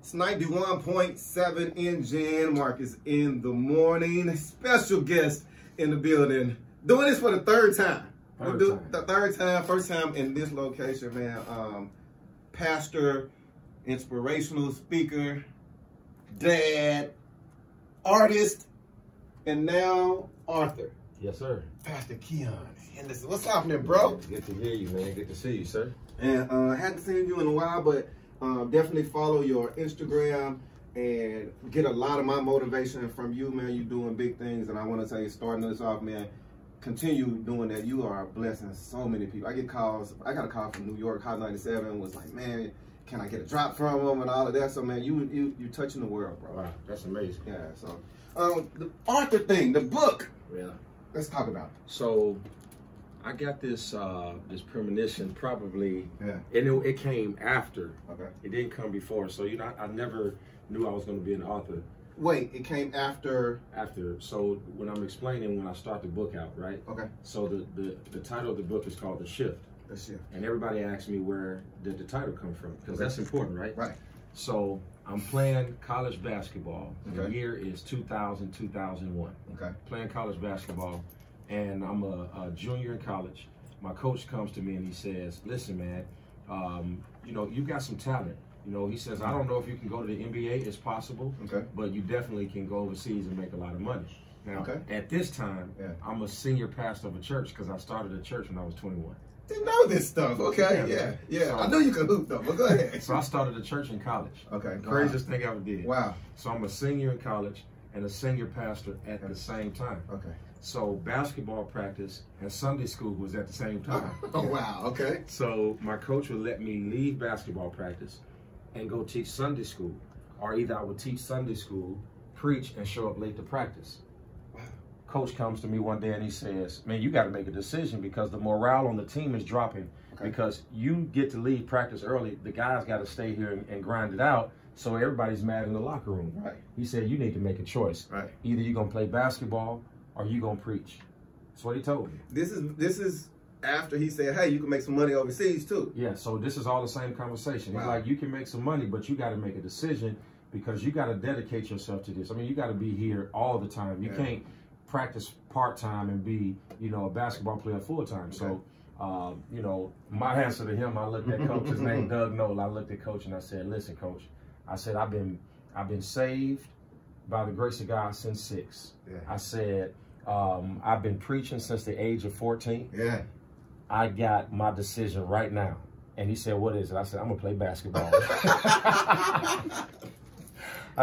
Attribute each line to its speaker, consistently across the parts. Speaker 1: It's 91.7 engine. Mark is in the morning. Special guest in the building. Doing this for the third time. We
Speaker 2: Third
Speaker 1: do-
Speaker 2: time.
Speaker 1: The third time, first time in this location, man. Um, pastor, inspirational speaker, dad, artist, and now author.
Speaker 2: Yes, sir.
Speaker 1: Pastor Keon Henderson. What's happening, bro?
Speaker 2: Good to hear you, man. Good to see you, sir.
Speaker 1: And uh, hadn't seen you in a while, but um, definitely follow your Instagram and get a lot of my motivation from you, man. You're doing big things, and I want to tell you, starting this off, man, continue doing that. You are blessing so many people. I get calls. I got a call from New York Hot 97. Was like, man, can I get a drop from them and all of that? So, man, you you you touching the world, bro.
Speaker 2: Wow, that's amazing.
Speaker 1: Yeah. So, um, the Arthur thing, the book.
Speaker 2: Yeah.
Speaker 1: Let's talk about.
Speaker 2: So, I got this uh this premonition probably,
Speaker 1: It. Yeah.
Speaker 2: and it, it came after.
Speaker 1: Okay.
Speaker 2: It didn't come before. So you know, I, I never knew I was going to be an author
Speaker 1: Wait, it came after.
Speaker 2: after. So when I'm explaining when I start the book out, right?
Speaker 1: Okay.
Speaker 2: So the the, the title of the book is called The Shift,
Speaker 1: The shift.
Speaker 2: and everybody asks me where did the title come from because
Speaker 1: Okay.
Speaker 2: that's important, right?
Speaker 1: Right.
Speaker 2: So I'm playing college basketball. The
Speaker 1: Okay.
Speaker 2: year is 2000, 2001.
Speaker 1: Okay.
Speaker 2: playing college basketball, and I'm a, a junior in college. My coach comes to me and he says, "Listen, man, um, you know you got some talent. You know," he says, "I don't know if you can go to the NBA. It's possible,
Speaker 1: Okay.
Speaker 2: but you definitely can go overseas and make a lot of money." Now,
Speaker 1: Okay.
Speaker 2: at this time,
Speaker 1: Yeah.
Speaker 2: I'm a senior pastor of a church because I started a church when I was 21.
Speaker 1: They know this stuff. Okay, yeah,
Speaker 2: Yeah.
Speaker 1: yeah. I know you can hoop though, but go ahead.
Speaker 2: So I started a church in college.
Speaker 1: Okay, crazy.
Speaker 2: Craziest thing I ever did.
Speaker 1: Wow.
Speaker 2: So I'm a senior in college and a senior pastor at the same time.
Speaker 1: Okay.
Speaker 2: So basketball practice and Sunday school was at the same time.
Speaker 1: Oh wow. Okay.
Speaker 2: So my coach would let me leave basketball practice and go teach Sunday school, or either I would teach Sunday school, preach, and show up late to practice. Coach comes to me one day and he says, "Man, you got to make a decision because the morale on the team is dropping
Speaker 1: Okay.
Speaker 2: because you get to leave practice early. The guys got to stay here and, and grind it out, so everybody's mad in the locker room."
Speaker 1: Right.
Speaker 2: He said, "You need to make a choice.
Speaker 1: Right.
Speaker 2: Either you're gonna play basketball or you gonna preach." That's what he told me.
Speaker 1: This is this is after he said, "Hey, you can make some money overseas too."
Speaker 2: Yeah, so this is all the same conversation.
Speaker 1: Wow.
Speaker 2: It's like you can make some money, but you got to make a decision because you got to dedicate yourself to this. I mean, you got to be here all the time. You
Speaker 1: Yeah.
Speaker 2: can't practice part time and be, you know, a basketball player full time. So, um, you know, my answer to him, I looked at coach. His name Doug Knoll. I looked at coach and I said, "Listen, coach, I said I've been I've been saved by the grace of God since six.
Speaker 1: Yeah.
Speaker 2: I said um, I've been preaching since the age of fourteen.
Speaker 1: Yeah.
Speaker 2: I got my decision right now. And he said, What is it? I said, I'm gonna play basketball. I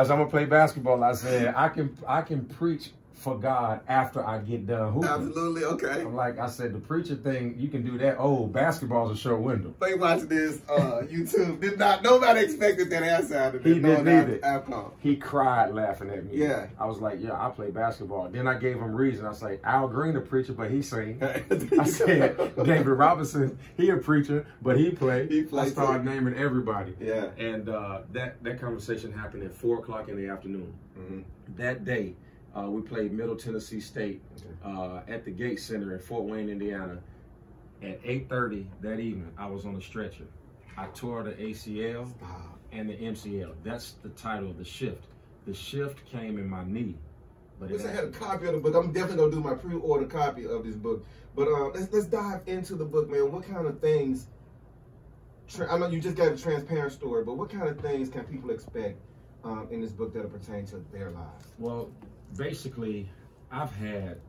Speaker 2: said, I'm gonna play basketball. I said, I can I can preach for God after I get done hooping.
Speaker 1: Absolutely. Okay.
Speaker 2: I'm like, I said, the preacher thing, you can do that. Oh, basketball's a short window.
Speaker 1: They watch this uh, YouTube. Did not nobody expected that answer out of
Speaker 2: He
Speaker 1: this,
Speaker 2: didn't
Speaker 1: knowing
Speaker 2: either.
Speaker 1: our outcome.
Speaker 2: He cried laughing at me.
Speaker 1: Yeah.
Speaker 2: I was like, Yeah, I play basketball. Then I gave him reason. I was like, Al Green a preacher, but he sing. I said, David Robinson, he a preacher, but he play.
Speaker 1: He play
Speaker 2: I started
Speaker 1: too.
Speaker 2: naming everybody.
Speaker 1: Yeah.
Speaker 2: And uh, that that conversation happened at four o'clock in the afternoon.
Speaker 1: Mhm.
Speaker 2: That day, uh, we played Middle Tennessee State uh, at the Gate Center in Fort Wayne, Indiana. At eight thirty that evening, I was on a stretcher. I tore the ACL
Speaker 1: Wow.
Speaker 2: and the MCL. That's the title of the shift. The shift came in my knee, but
Speaker 1: Wish
Speaker 2: it
Speaker 1: I had a copy of the book. I'm definitely gonna do my pre-order copy of this book. But uh, let's let's dive into the book, man. What kind of things? Tra- I know you just got a transparent story, but what kind of things can people expect um, in this book that'll pertain to their lives?
Speaker 2: Well, basically, I've had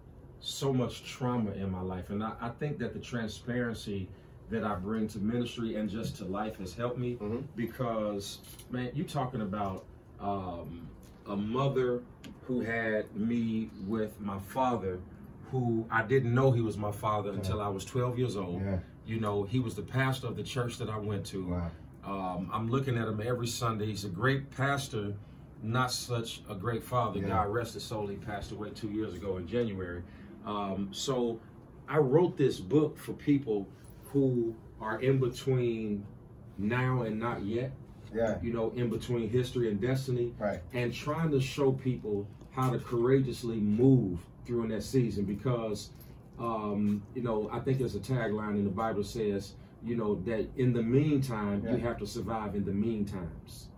Speaker 2: so much trauma in my life, and I, I think that the transparency that I bring to ministry and just to life has helped me
Speaker 1: Mhm.
Speaker 2: because, man, you talking about um, a mother who had me with my father, who I didn't know he was my father until I was 12 years old.
Speaker 1: Yeah.
Speaker 2: You know, he was the pastor of the church that I went to. Um, I'm looking at him every Sunday. He's a great pastor, not such a great father.
Speaker 1: Yeah.
Speaker 2: God rest his soul. He passed away two years ago in January. Um, so I wrote this book for people who are in between now and not yet,
Speaker 1: Yeah.
Speaker 2: you know, in between history and destiny,
Speaker 1: Right.
Speaker 2: and trying to show people how to courageously move during that season because, um, you know, I think there's a tagline in the Bible says, you know, that in the meantime,
Speaker 1: Yeah.
Speaker 2: you have to survive in the mean times.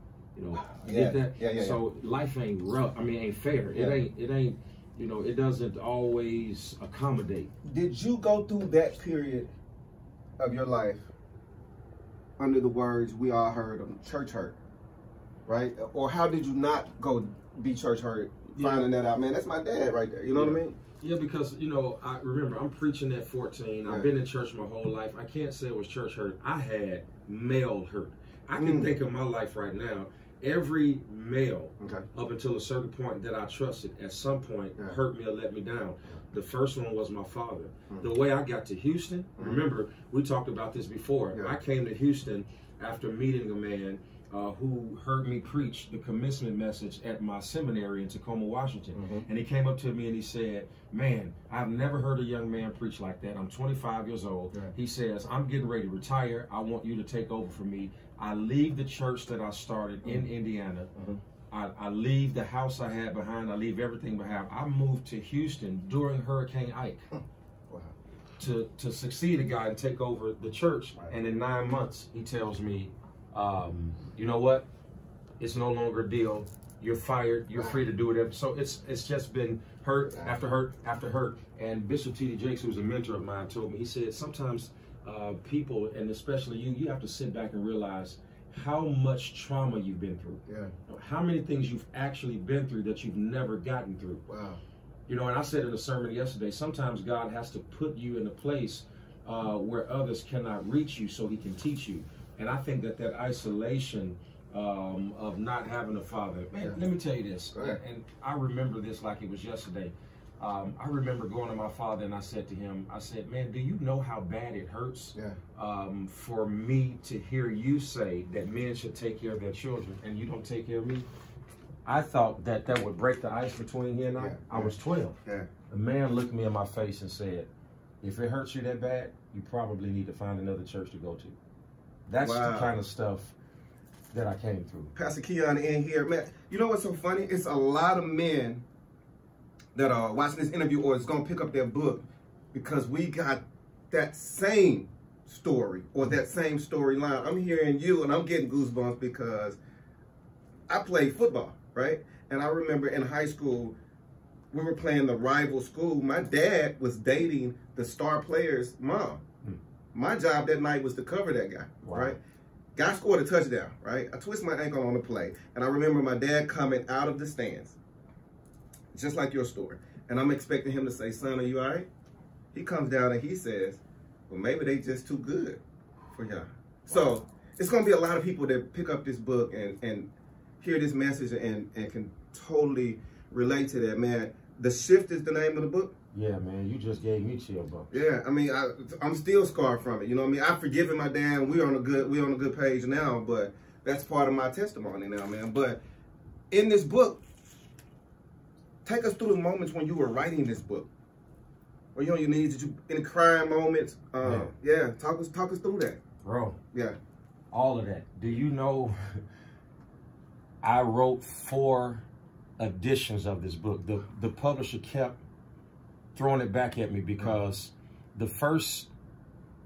Speaker 2: You know, you
Speaker 1: Yeah,
Speaker 2: get that?
Speaker 1: yeah, yeah,
Speaker 2: so life ain't rough. I mean, ain't fair.
Speaker 1: Yeah.
Speaker 2: It ain't. It ain't. You know, it doesn't always accommodate.
Speaker 1: Did you go through that period of your life under the words we all heard of church hurt, right? Or how did you not go be church hurt?
Speaker 2: Yeah.
Speaker 1: Finding that out, man, that's my dad right there. You know what I mean?
Speaker 2: Yeah, because you know, I remember I'm preaching at 14.
Speaker 1: Right.
Speaker 2: I've been in church my whole life. I can't say it was church hurt. I had male hurt. I can
Speaker 1: Mm.
Speaker 2: think of my life right now. Every male
Speaker 1: Okay.
Speaker 2: up until a certain point that I trusted at some point
Speaker 1: Yeah.
Speaker 2: hurt me or let me down. The first one was my father.
Speaker 1: Mm.
Speaker 2: The way I got to Houston,
Speaker 1: Mhm.
Speaker 2: remember we talked about this before.
Speaker 1: Yeah.
Speaker 2: I came to Houston after meeting a man uh, who heard me preach the commencement message at my seminary in Tacoma, Washington. Mm-hmm. And he came up to me and he said, Man, I've never heard a young man preach like that. I'm 25 years old.
Speaker 1: Right.
Speaker 2: He says, I'm getting ready to retire. I want you to take over for me. I leave the church that I started in Indiana.
Speaker 1: Mhm.
Speaker 2: I, I leave the house I had behind. I leave everything behind. I moved to Houston during Hurricane Ike
Speaker 1: Wow.
Speaker 2: to, to succeed a guy and take over the church.
Speaker 1: Right.
Speaker 2: And in nine months, he tells me, um, You know what? It's no longer a deal you're fired, you're free to do whatever. So it's it's just been hurt after hurt after hurt. And Bishop T.D. Jakes, who's a mentor of mine, told me, he said, sometimes uh, people, and especially you, you have to sit back and realize how much trauma you've been through.
Speaker 1: Yeah.
Speaker 2: How many things you've actually been through that you've never gotten through.
Speaker 1: Wow.
Speaker 2: You know, and I said in a sermon yesterday, sometimes God has to put you in a place uh, where others cannot reach you so he can teach you. And I think that that isolation um, of not having a father, man,
Speaker 1: Yeah.
Speaker 2: let me tell you this,
Speaker 1: Go ahead.
Speaker 2: and I remember this like it was yesterday. Um, I remember going to my father and I said to him, I said, man, do you know how bad it hurts
Speaker 1: Yeah.
Speaker 2: um, for me to hear you say that men should take care of their children and you don't take care of me? I thought that that would break the ice between he and I.
Speaker 1: Yeah,
Speaker 2: I was 12.
Speaker 1: Yeah.
Speaker 2: The man looked me in my face and said, if it hurts you that bad, you probably need to find another church to go to. That's
Speaker 1: Wow.
Speaker 2: the kind of stuff that I came through.
Speaker 1: Pastor Keon in here, man. You know what's so funny? It's a lot of men that are watching this interview or is gonna pick up their book because we got that same story or that same storyline. I'm hearing you and I'm getting goosebumps because I played football, right? And I remember in high school we were playing the rival school. My dad was dating the star player's mom.
Speaker 2: Hmm.
Speaker 1: My job that night was to cover that guy,
Speaker 2: Wow.
Speaker 1: right? Guy scored a touchdown, right? I twist my ankle on the play, and I remember my dad coming out of the stands, just like your story. And I'm expecting him to say, "Son, are you all right?" He comes down and he says, "Well, maybe they just too good for y'all." So it's gonna be a lot of people that pick up this book and and hear this message and and can totally relate to that, man. The shift is the name of the book.
Speaker 2: Yeah, man, you just gave me chill, bro.
Speaker 1: Yeah, I mean, I, I'm still scarred from it. You know what I mean? I've forgiven my dad. and We're on a good we're on a good page now, but that's part of my testimony now, man. But in this book, take us through the moments when you were writing this book. Were you on your knees? Did you in crying moments? Uh, yeah. talk us talk us through that.
Speaker 2: Bro,
Speaker 1: Yeah,
Speaker 2: all of that. Do you know I wrote four editions of this book. The the publisher kept throwing it back at me because the first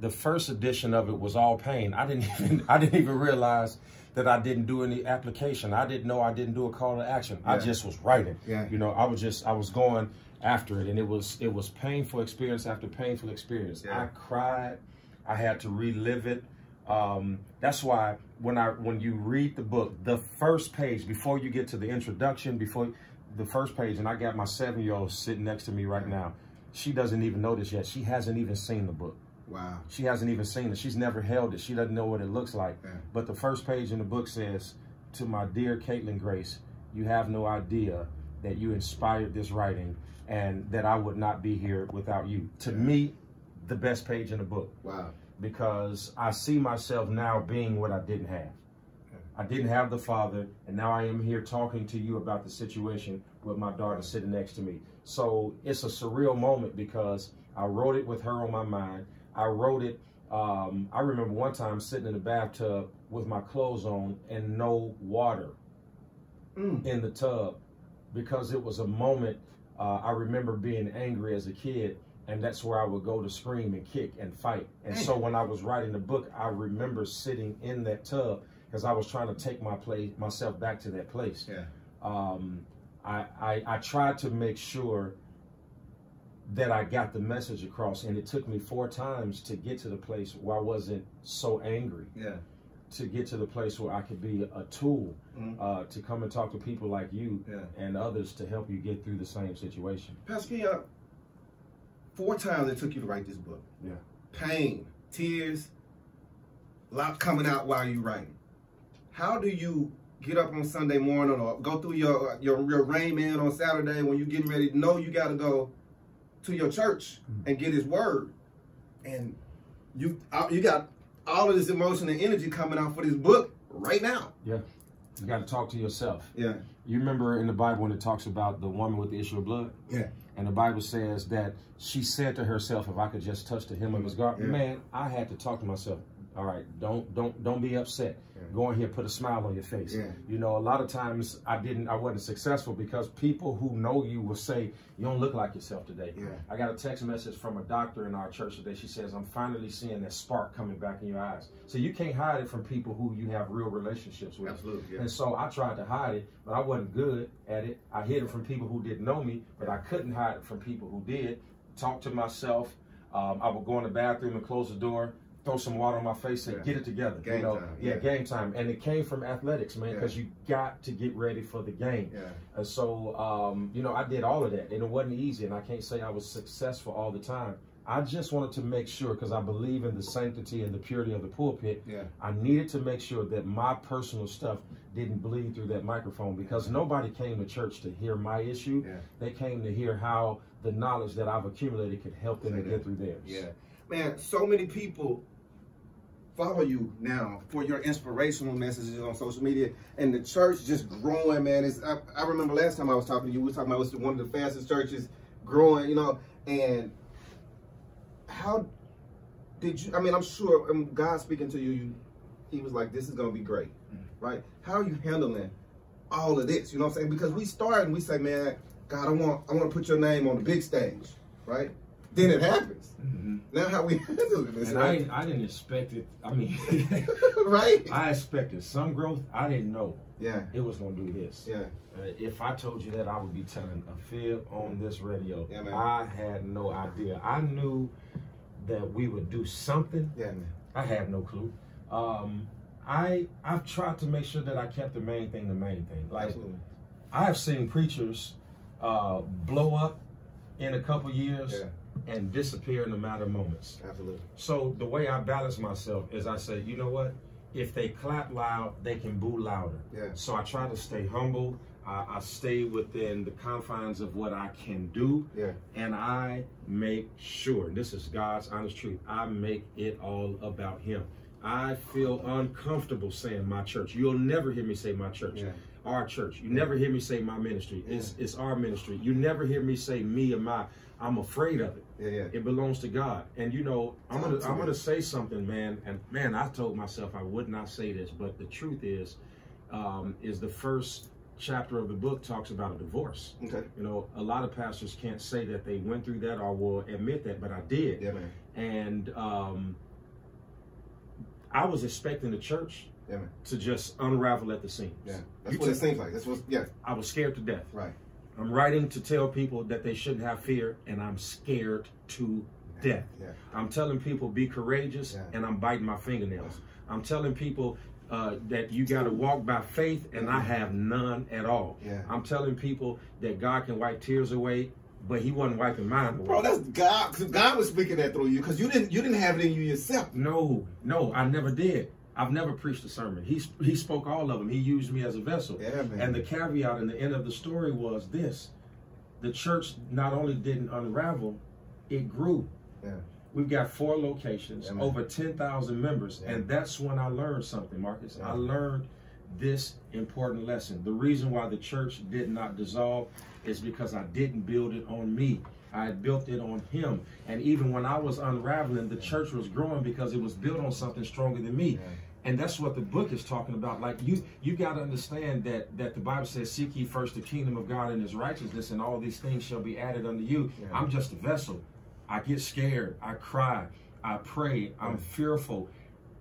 Speaker 2: the first edition of it was all pain. I didn't even I didn't even realize that I didn't do any application. I didn't know I didn't do a call to action. I
Speaker 1: Yeah.
Speaker 2: just was writing.
Speaker 1: Yeah.
Speaker 2: You know, I was just I was going after it and it was it was painful experience after painful experience.
Speaker 1: Yeah.
Speaker 2: I cried. I had to relive it. Um, that's why when I when you read the book, the first page before you get to the introduction, before the first page, and I got my seven year old sitting next to me right now. She doesn't even know this yet. She hasn't even seen the book.
Speaker 1: wow.
Speaker 2: She hasn't even seen it. She's never held it. She doesn't know what it looks like.
Speaker 1: Yeah.
Speaker 2: But the first page in the book says, "To my dear Caitlin Grace, you have no idea that you inspired this writing, and that I would not be here without you." To me, the best page in the book
Speaker 1: Wow.
Speaker 2: because I see myself now being what I didn't have. I didn't have the father, and now I am here talking to you about the situation with my daughter sitting next to me. So it's a surreal moment because I wrote it with her on my mind. I wrote it. Um, I remember one time sitting in the bathtub with my clothes on and no water
Speaker 1: Mm.
Speaker 2: in the tub because it was a moment uh, I remember being angry as a kid, and that's where I would go to scream and kick and fight. And so when I was writing the book, I remember sitting in that tub because I was trying to take my play myself back to that place.
Speaker 1: Yeah.
Speaker 2: Um, I, I I tried to make sure that I got the message across, and it took me four times to get to the place where I wasn't so angry.
Speaker 1: Yeah.
Speaker 2: To get to the place where I could be a tool
Speaker 1: Mhm.
Speaker 2: uh, to come and talk to people like you
Speaker 1: Yeah.
Speaker 2: and others to help you get through the same situation.
Speaker 1: Pastor Keon, four times it took you to write this book.
Speaker 2: Yeah.
Speaker 1: Pain, tears, a lot coming out while you writing. How do you get up on Sunday morning or go through your your, your rain man on Saturday when you getting ready to know you gotta go to your church and get his word? And you out- you got all of this emotion and energy coming out for this book right now.
Speaker 2: You got to talk to yourself.
Speaker 1: Yeah.
Speaker 2: You remember in the Bible when it talks about the woman with the issue of blood?
Speaker 1: Yeah.
Speaker 2: And the Bible says that she said to herself, "If I could just touch the hem of his garment,
Speaker 1: Mm-hmm. Yeah.
Speaker 2: man, I had to talk to myself. All right, don't don't don't be upset.
Speaker 1: Yeah.
Speaker 2: Go in here, put a smile on your face.
Speaker 1: Yeah.
Speaker 2: You know, a lot of times I didn't, I wasn't successful because people who know you will say, "You don't look like yourself today."
Speaker 1: Yeah.
Speaker 2: I got a text message from a doctor in our church today. She says, "I'm finally seeing that spark coming back in your eyes." So you can't hide it from people who you have real relationships with.
Speaker 1: Absolutely.
Speaker 2: And so I tried to hide it, but I wasn't good at it. I hid it from people who didn't know me, but I couldn't hide it from people who did. Talk to myself. Um, I would go in the bathroom and close the door, throw some water on my face, and
Speaker 1: Yeah.
Speaker 2: get it together.
Speaker 1: Game
Speaker 2: you know,
Speaker 1: time,
Speaker 2: yeah.
Speaker 1: yeah.
Speaker 2: game time. And it came from athletics, man,
Speaker 1: Yeah.
Speaker 2: because you got to get ready for the game.
Speaker 1: Yeah.
Speaker 2: And so, um, you know, I did all of that, and it wasn't easy. And I can't say I was successful all the time. I just wanted to make sure, because I believe in the sanctity and the purity of the pulpit,
Speaker 1: Yeah.
Speaker 2: I needed to make sure that my personal stuff didn't bleed through that microphone because nobody came to church to hear my issue.
Speaker 1: Yeah.
Speaker 2: They came to hear how the knowledge that I've accumulated could help them to get through theirs.
Speaker 1: Yeah. Man, so many people follow you now for your inspirational messages on social media and the church just growing, man. It's, I, I remember last time I was talking to you, we were talking about it's one of the fastest churches growing, you know, and how did you, I mean, I'm sure um, God speaking to you, you, he was like, this is going to be great, right? How are you handling all of this? You know what I'm saying? Because we start and we say, man, God, I want, I want to put your name on the big stage, right? Then it happens. Now how we handle this,
Speaker 2: Mm-hmm. And I,
Speaker 1: right?
Speaker 2: didn't- I didn't expect it. I mean,
Speaker 1: right?
Speaker 2: I expected some growth. I didn't know
Speaker 1: Yeah,
Speaker 2: it was going to do this.
Speaker 1: yeah,
Speaker 2: Uh, if I told you that, I would be telling a fib on this radio.
Speaker 1: Yeah, man.
Speaker 2: I had no idea. I knew that we would do something
Speaker 1: yeah, man.
Speaker 2: I have no clue. Um, I I've tried to make sure that I kept the main thing the main thing. Like
Speaker 1: Absolutely.
Speaker 2: I have seen preachers uh, blow up in a couple years
Speaker 1: Yeah,
Speaker 2: and disappear in a matter of moments.
Speaker 1: absolutely.
Speaker 2: So the way I balance myself is I say, you know what? If they clap loud, they can boo louder.
Speaker 1: Yeah.
Speaker 2: So I try to stay humble. I, I stay within the confines of what I can do.
Speaker 1: Yeah.
Speaker 2: And I make sure, this is God's honest truth, I make it all about Him. I feel uncomfortable saying my church. You'll never hear me say my church.
Speaker 1: Yeah.
Speaker 2: Our church. You never hear me say my ministry. It's, it's our ministry. You never hear me say me and my. I'm afraid of it.
Speaker 1: Yeah, yeah.
Speaker 2: It belongs to God. And you know, I'm
Speaker 1: Talk
Speaker 2: gonna
Speaker 1: to
Speaker 2: I'm
Speaker 1: me.
Speaker 2: gonna say something, man. And man, I told myself I would not say this, but the truth is, um, is the first chapter of the book talks about a divorce.
Speaker 1: Okay.
Speaker 2: You know, a lot of pastors can't say that they went through that or will admit that, but I did.
Speaker 1: Yeah, man.
Speaker 2: And um, I was expecting the church
Speaker 1: Yeah, man.
Speaker 2: to just unravel at the seams.
Speaker 1: Yeah. That's
Speaker 2: You
Speaker 1: what it
Speaker 2: took-
Speaker 1: seems like. That's what. Yeah.
Speaker 2: I was scared to death.
Speaker 1: Right.
Speaker 2: I'm writing to tell people that they shouldn't have fear, and I'm scared to death.
Speaker 1: Yeah.
Speaker 2: I'm telling people be courageous,
Speaker 1: Yeah.
Speaker 2: and I'm biting my fingernails. I'm telling people uh, that you got to walk by faith, and I have none at all.
Speaker 1: Yeah.
Speaker 2: I'm telling people that God can wipe tears away, but He wasn't wiping mine away.
Speaker 1: Bro, that's God. 'cause God was speaking that through you because you didn't. You didn't have it in you yourself.
Speaker 2: no, no, I never did. I've never preached a sermon. He sp- he spoke all of them. He used me as a vessel.
Speaker 1: Yeah, man.
Speaker 2: And the caveat and the end of the story was this: the church not only didn't unravel, it grew.
Speaker 1: Yeah.
Speaker 2: We've got four locations,
Speaker 1: Yeah, man.
Speaker 2: over 10,000 members.
Speaker 1: Yeah.
Speaker 2: And that's when I learned something, Marcus.
Speaker 1: Yeah.
Speaker 2: I learned this important lesson. The reason why the church did not dissolve is because I didn't build it on me. I had built it on him. And even when I was unraveling, the church was growing because it was built on something stronger than me.
Speaker 1: Yeah.
Speaker 2: And that's what the book is talking about. Like you you gotta understand that that the Bible says, Seek ye first the kingdom of God and his righteousness, and all these things shall be added unto you.
Speaker 1: Yeah.
Speaker 2: I'm just a vessel. I get scared. I cry. I pray. I'm fearful.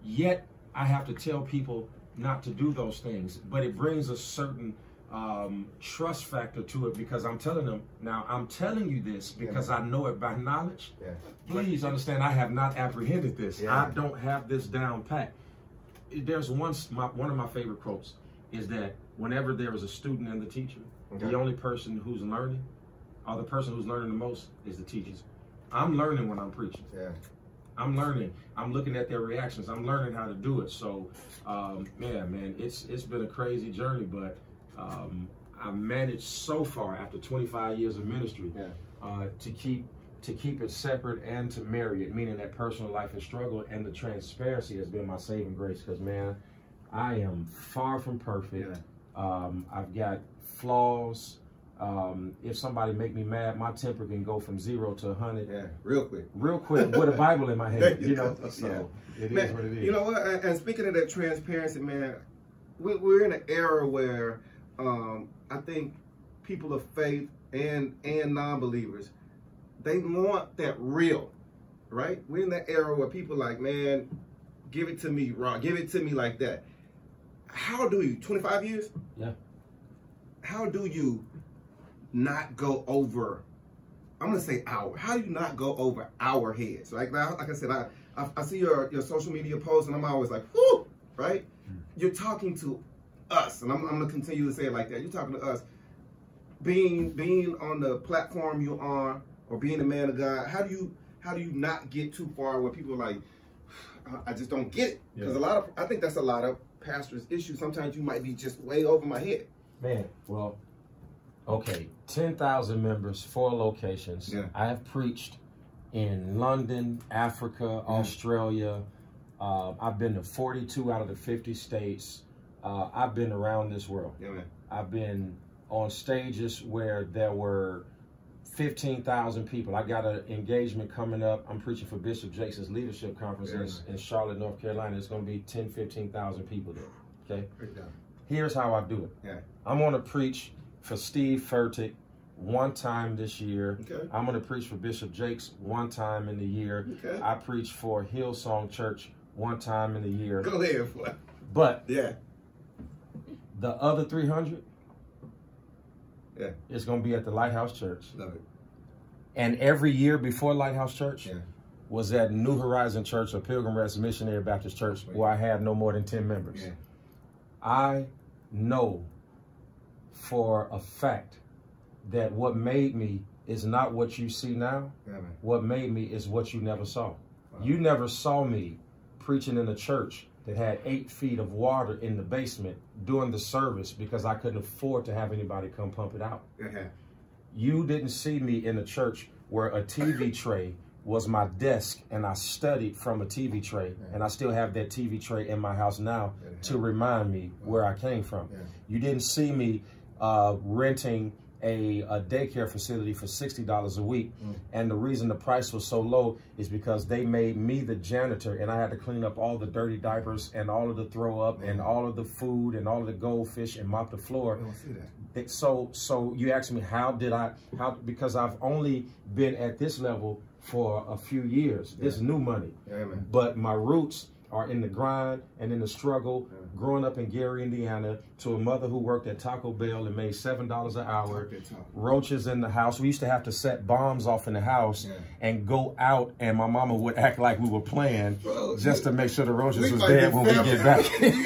Speaker 2: Yet I have to tell people not to do those things, but it brings a certain um, trust factor to it because I'm telling them now. I'm telling you this because I know it by knowledge.
Speaker 1: Yeah.
Speaker 2: Please understand, I have not apprehended this.
Speaker 1: Yeah.
Speaker 2: I don't have this down pat. There's one s- my, one of my favorite quotes is that whenever there is a student and the teacher,
Speaker 1: Okay.
Speaker 2: the only person who's learning, or the person who's learning the most, is the teachers. I'm learning when I'm preaching.
Speaker 1: Yeah.
Speaker 2: I'm learning. I'm looking at their reactions. I'm learning how to do it. So, um, yeah, man, it's it's been a crazy journey, but um, I managed so far after 25 years of ministry
Speaker 1: Yeah.
Speaker 2: uh, to keep to keep it separate and to marry it, meaning that personal life and struggle and the transparency has been my saving grace. Because man, I am far from perfect. Um, I've got flaws. Um, if somebody make me mad, my temper can go from zero to 100
Speaker 1: Yeah. Real quick.
Speaker 2: real quick with a Bible in my
Speaker 1: There
Speaker 2: hand.
Speaker 1: you
Speaker 2: You know,
Speaker 1: go.
Speaker 2: so it is
Speaker 1: Man,
Speaker 2: what it is.
Speaker 1: You know what? And and speaking of that transparency, man, we, we're in an era where um, I think people of faith and and non-believers they want that real, right? We're in that era where people like, man, give it to me raw, give it to me like that. How do you? Twenty five years?
Speaker 2: Yeah.
Speaker 1: How do you not go over? I'm gonna say our. How do you not go over our heads? Like now, like I said, I I, I see your, your social media posts and I'm always like, whoo, right? You're talking to us, and I'm, I'm gonna continue to say it like that. You're talking to us. Being being on the platform you are, or being a man of God, how do you how do you not get too far where people are like, "I- I just don't get it? Because a lot of I think that's a lot of pastors' issue. Sometimes you might be just way over my head.
Speaker 2: man. Well, okay, ten thousand members, four locations.
Speaker 1: Yeah.
Speaker 2: I have preached in London, Africa, Australia. Um, I've been to forty-two out of the fifty states. Uh, I've been around this world.
Speaker 1: Yeah, man.
Speaker 2: I've been on stages where there were 15,000 people. I got an engagement coming up. I'm preaching for Bishop Jason's leadership conference
Speaker 1: Very
Speaker 2: in,
Speaker 1: nice.
Speaker 2: in Charlotte, North Carolina. It's going to be 10, 15,000 people there.
Speaker 1: Break it down.
Speaker 2: Here's how I do it.
Speaker 1: Yeah.
Speaker 2: I'm going to preach for Steve Furtick one time this year.
Speaker 1: Okay.
Speaker 2: I'm going to preach for Bishop Jakes one time in the year.
Speaker 1: Okay.
Speaker 2: I preach for Hillsong Church one time in the year.
Speaker 1: Go ahead, boy.
Speaker 2: But
Speaker 1: Yeah.
Speaker 2: the other 300
Speaker 1: Yeah.
Speaker 2: is going to be at the Lighthouse Church.
Speaker 1: Love it.
Speaker 2: And every year before Lighthouse Church
Speaker 1: Yeah.
Speaker 2: was at New Horizon Church or Pilgrim Rest Missionary Baptist Church, where I had no more than 10 members.
Speaker 1: Yeah.
Speaker 2: I know for a fact that what made me is not what you see now.
Speaker 1: Yeah, man.
Speaker 2: What made me is what you never saw.
Speaker 1: Wow.
Speaker 2: You never saw me preaching in a church that had eight feet of water in the basement during the service because I couldn't afford to have anybody come pump it out
Speaker 1: Yeah.
Speaker 2: you didn't see me in a church where a TV tray was my desk and I studied from a TV tray. And I still have that TV tray in my house now to remind me where I came from.
Speaker 1: Yeah.
Speaker 2: You didn't see me uh, renting a, a daycare facility for $60 a week. And the reason the price was so low is because they made me the janitor and I had to clean up all the dirty diapers and all of the throw up and all of the food and all of the goldfish and mop the floor.
Speaker 1: I don't see that.
Speaker 2: It- so so you asked me how did I how because I've only been at this level for a few years. This new money.
Speaker 1: Yeah, man.
Speaker 2: But my roots are in the grind and in the struggle. Growing up in Gary, Indiana, to a mother who worked at Taco Bell and made seven dollars an hour.
Speaker 1: that talk.
Speaker 2: Roaches in the house. We used to have to set bombs off in the house
Speaker 1: Yeah.
Speaker 2: and go out, and my mama would act like we were playing
Speaker 1: Bro,
Speaker 2: just to make sure the roaches
Speaker 1: We
Speaker 2: was
Speaker 1: might
Speaker 2: dead
Speaker 1: be
Speaker 2: when we get
Speaker 1: family.
Speaker 2: back.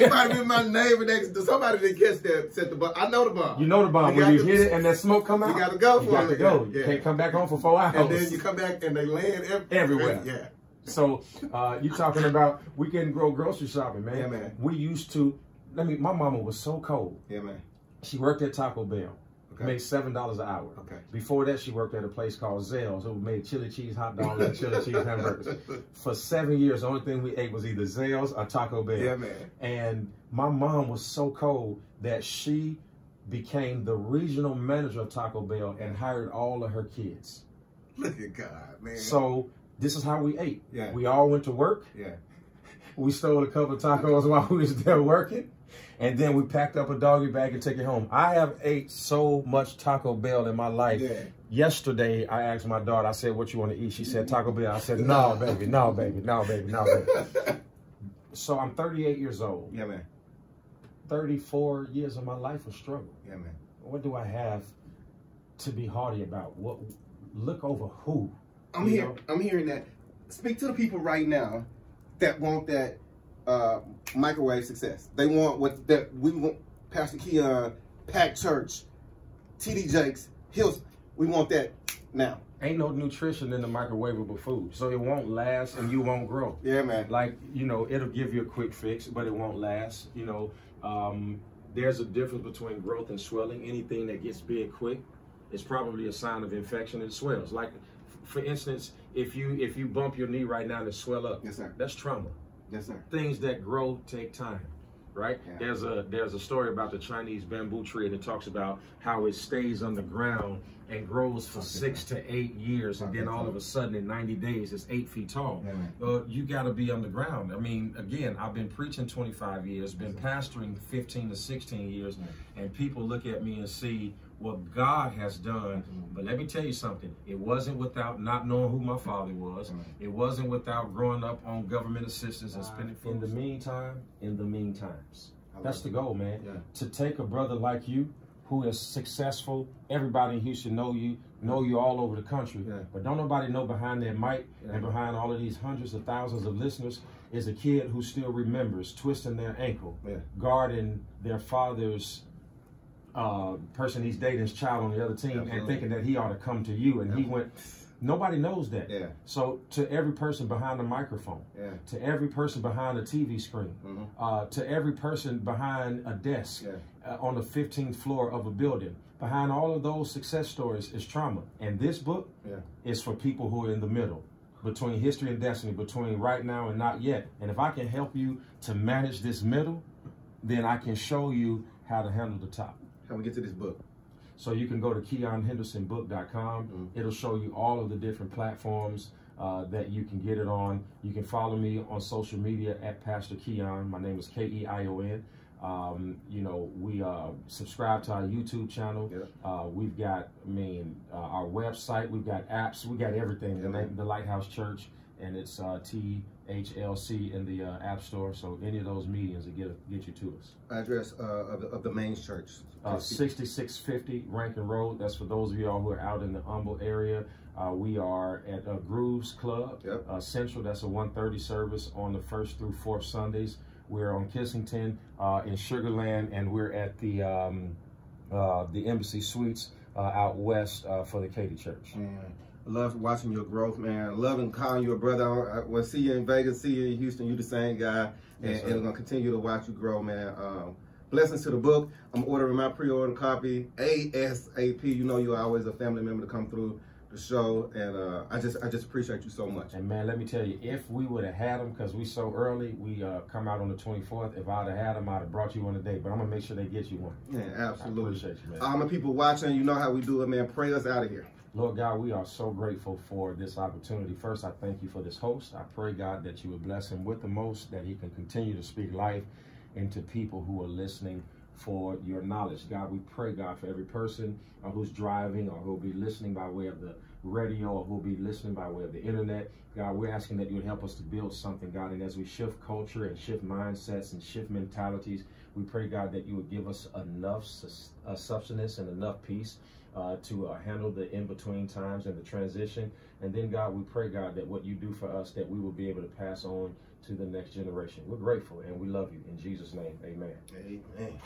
Speaker 1: you might be my neighbor next to somebody that gets that set the bomb. I know the bomb.
Speaker 2: You know the bomb
Speaker 1: You
Speaker 2: when you
Speaker 1: got
Speaker 2: hit
Speaker 1: to-
Speaker 2: it and that smoke come
Speaker 1: you
Speaker 2: out.
Speaker 1: gotta go for
Speaker 2: You got
Speaker 1: it.
Speaker 2: to go. You
Speaker 1: Yeah.
Speaker 2: can't come back home for four hours.
Speaker 1: and then you come back and they land ev-
Speaker 2: Everywhere.
Speaker 1: Yeah.
Speaker 2: so uh, you talking about we can go grocery shopping, man.
Speaker 1: Yeah, man.
Speaker 2: We used to. Let me. My mama was so cold.
Speaker 1: Yeah, man.
Speaker 2: She worked at Taco Bell.
Speaker 1: Okay.
Speaker 2: Made seven dollars an hour.
Speaker 1: Okay.
Speaker 2: Before that, she worked at a place called Zell's, who made chili cheese hot dogs and chili cheese hamburgers. For seven years, the only thing we ate was either Zell's or Taco Bell.
Speaker 1: Yeah, man.
Speaker 2: And my mom was so cold that she became the regional manager of Taco Bell and hired all of her kids.
Speaker 1: Look at God, man.
Speaker 2: So this is how we ate.
Speaker 1: Yeah.
Speaker 2: We all went to work.
Speaker 1: yeah.
Speaker 2: We stole a couple of tacos while we was there working. And then we packed up a doggy bag and took it home. I have ate so much Taco Bell in my life.
Speaker 1: Yeah.
Speaker 2: Yesterday, I asked my daughter, I said, what you want to eat? She said, Taco Bell. I said, no, baby, no, baby, no, baby, no, baby. so I'm 38 years old.
Speaker 1: Yeah, man.
Speaker 2: 34 years of my life of struggle.
Speaker 1: Yeah, man.
Speaker 2: What do I have to be haughty about? What look over who?
Speaker 1: I'm
Speaker 2: You
Speaker 1: here.
Speaker 2: know?
Speaker 1: I'm hearing that. Speak to the people right now that want that uh, microwave success. They want what that we want. Pastor Keon, Pack Church, TD Jakes, Hills. We want that now.
Speaker 2: Ain't no nutrition in the microwavable food, so it won't last and you won't grow.
Speaker 1: Yeah, man.
Speaker 2: Like you know, it'll give you a quick fix, but it won't last. You know, um, there's a difference between growth and swelling. Anything that gets big quick is probably a sign of infection and swells. Like, f- for instance, if you if you bump your knee right now and it swell up,
Speaker 1: Yes, sir.
Speaker 2: that's trauma.
Speaker 1: Yes, sir.
Speaker 2: things that grow take time right
Speaker 1: Yeah.
Speaker 2: there's a there's a story about the chinese bamboo tree that talks about how it stays underground and grows for six to eight years and then all of a sudden in 90 days it's eight feet tall
Speaker 1: Yeah, man.
Speaker 2: uh, you got to be underground i mean again i've been preaching 25 years been pastoring 15 to 16 years and people look at me and see what god has done
Speaker 1: Mm-hmm.
Speaker 2: but let me tell you something it wasn't without not knowing who my father was it wasn't without growing up on government assistance and spending. Uh, In the meantime, in the meantimes, that's the goal, man.
Speaker 1: Yeah.
Speaker 2: To take a brother like you, who is successful, everybody in Houston know you, know you all over the country,
Speaker 1: Yeah.
Speaker 2: but don't nobody know behind that mic
Speaker 1: Yeah.
Speaker 2: and behind all of these hundreds of thousands of listeners is a kid who still remembers twisting their ankle,
Speaker 1: Yeah.
Speaker 2: guarding their father's uh, person he's dating's child on the other team and
Speaker 1: Absolutely.
Speaker 2: thinking that he ought to come to you and he went nobody knows that
Speaker 1: Yeah.
Speaker 2: so to every person behind the microphone
Speaker 1: Yeah.
Speaker 2: to every person behind a tv screen
Speaker 1: Mhm.
Speaker 2: uh, to every person behind a desk
Speaker 1: Yeah.
Speaker 2: uh, on the 15th floor of a building behind all of those success stories is trauma and this book
Speaker 1: Yeah.
Speaker 2: is for people who are in the middle between history and destiny between right now and not yet and if i can help you to manage this middle then i can show you how to handle the top
Speaker 1: How we get to this book?
Speaker 2: so you can go to KeonHendersonBook.com. It'll show you all of the different platforms uh, that you can get it on. You can follow me on social media at Pastor Keon. My name is K E I O N. Um, you know, we uh, subscribe to our YouTube channel.
Speaker 1: Yeah.
Speaker 2: Uh, we've got, I mean, uh, our website. We've got apps. We got everything. The,
Speaker 1: Yeah.
Speaker 2: name- the Lighthouse Church, and it's uh, T H L C in the uh, App Store. So any of those mediums will get get you to us.
Speaker 1: Address uh, of, the, of the main church.
Speaker 2: Uh, 6650 Rankin Road. That's for those of y'all who are out in the Humble area. Uh, we are at uh, Grooves Club
Speaker 1: Yep.
Speaker 2: uh, Central. That's a 1:30 service on the first through fourth Sundays. We're on Kissington uh, in Sugarland, and we're at the um, uh, the Embassy Suites uh, out west uh, for the Katy Church.
Speaker 1: Man, I love watching your growth, man. Loving calling you a brother. I, I, well, see you in Vegas, see you in Houston. You the same guy, and,
Speaker 2: Yes, sir.
Speaker 1: and I'm gonna continue to watch you grow, man. Um, blessings to the book. I'm ordering my pre-order copy ASAP. You know, you're always a family member to come through the show, and uh, I just, I just appreciate you so much.
Speaker 2: And man, let me tell you, if we would have had them, because we so early, we uh, come out on the 24th. If I'd have had them, I'd have brought you one today. But I'm gonna make sure they get you one.
Speaker 1: Yeah,
Speaker 2: I
Speaker 1: absolutely.
Speaker 2: appreciate you, man.
Speaker 1: All my people watching, you know how we do it, man. Pray us out of here.
Speaker 2: Lord God, we are so grateful for this opportunity. First, I thank you for this host. I pray, God, that you would bless him with the most, that he can continue to speak life into people who are listening for your knowledge. God, we pray, God, for every person uh, who's driving or who'll be listening by way of the radio or who'll be listening by way of the internet. God, we're asking that you would help us to build something, God, and as we shift culture and shift mindsets and shift mentalities, we pray, God, that you would give us enough sus- uh, substance and enough peace uh, to uh, handle the in between times and the transition. And then, God, we pray, God, that what you do for us, that we will be able to pass on to the next generation. We're grateful and we love you. In Jesus' name, amen.
Speaker 1: Amen.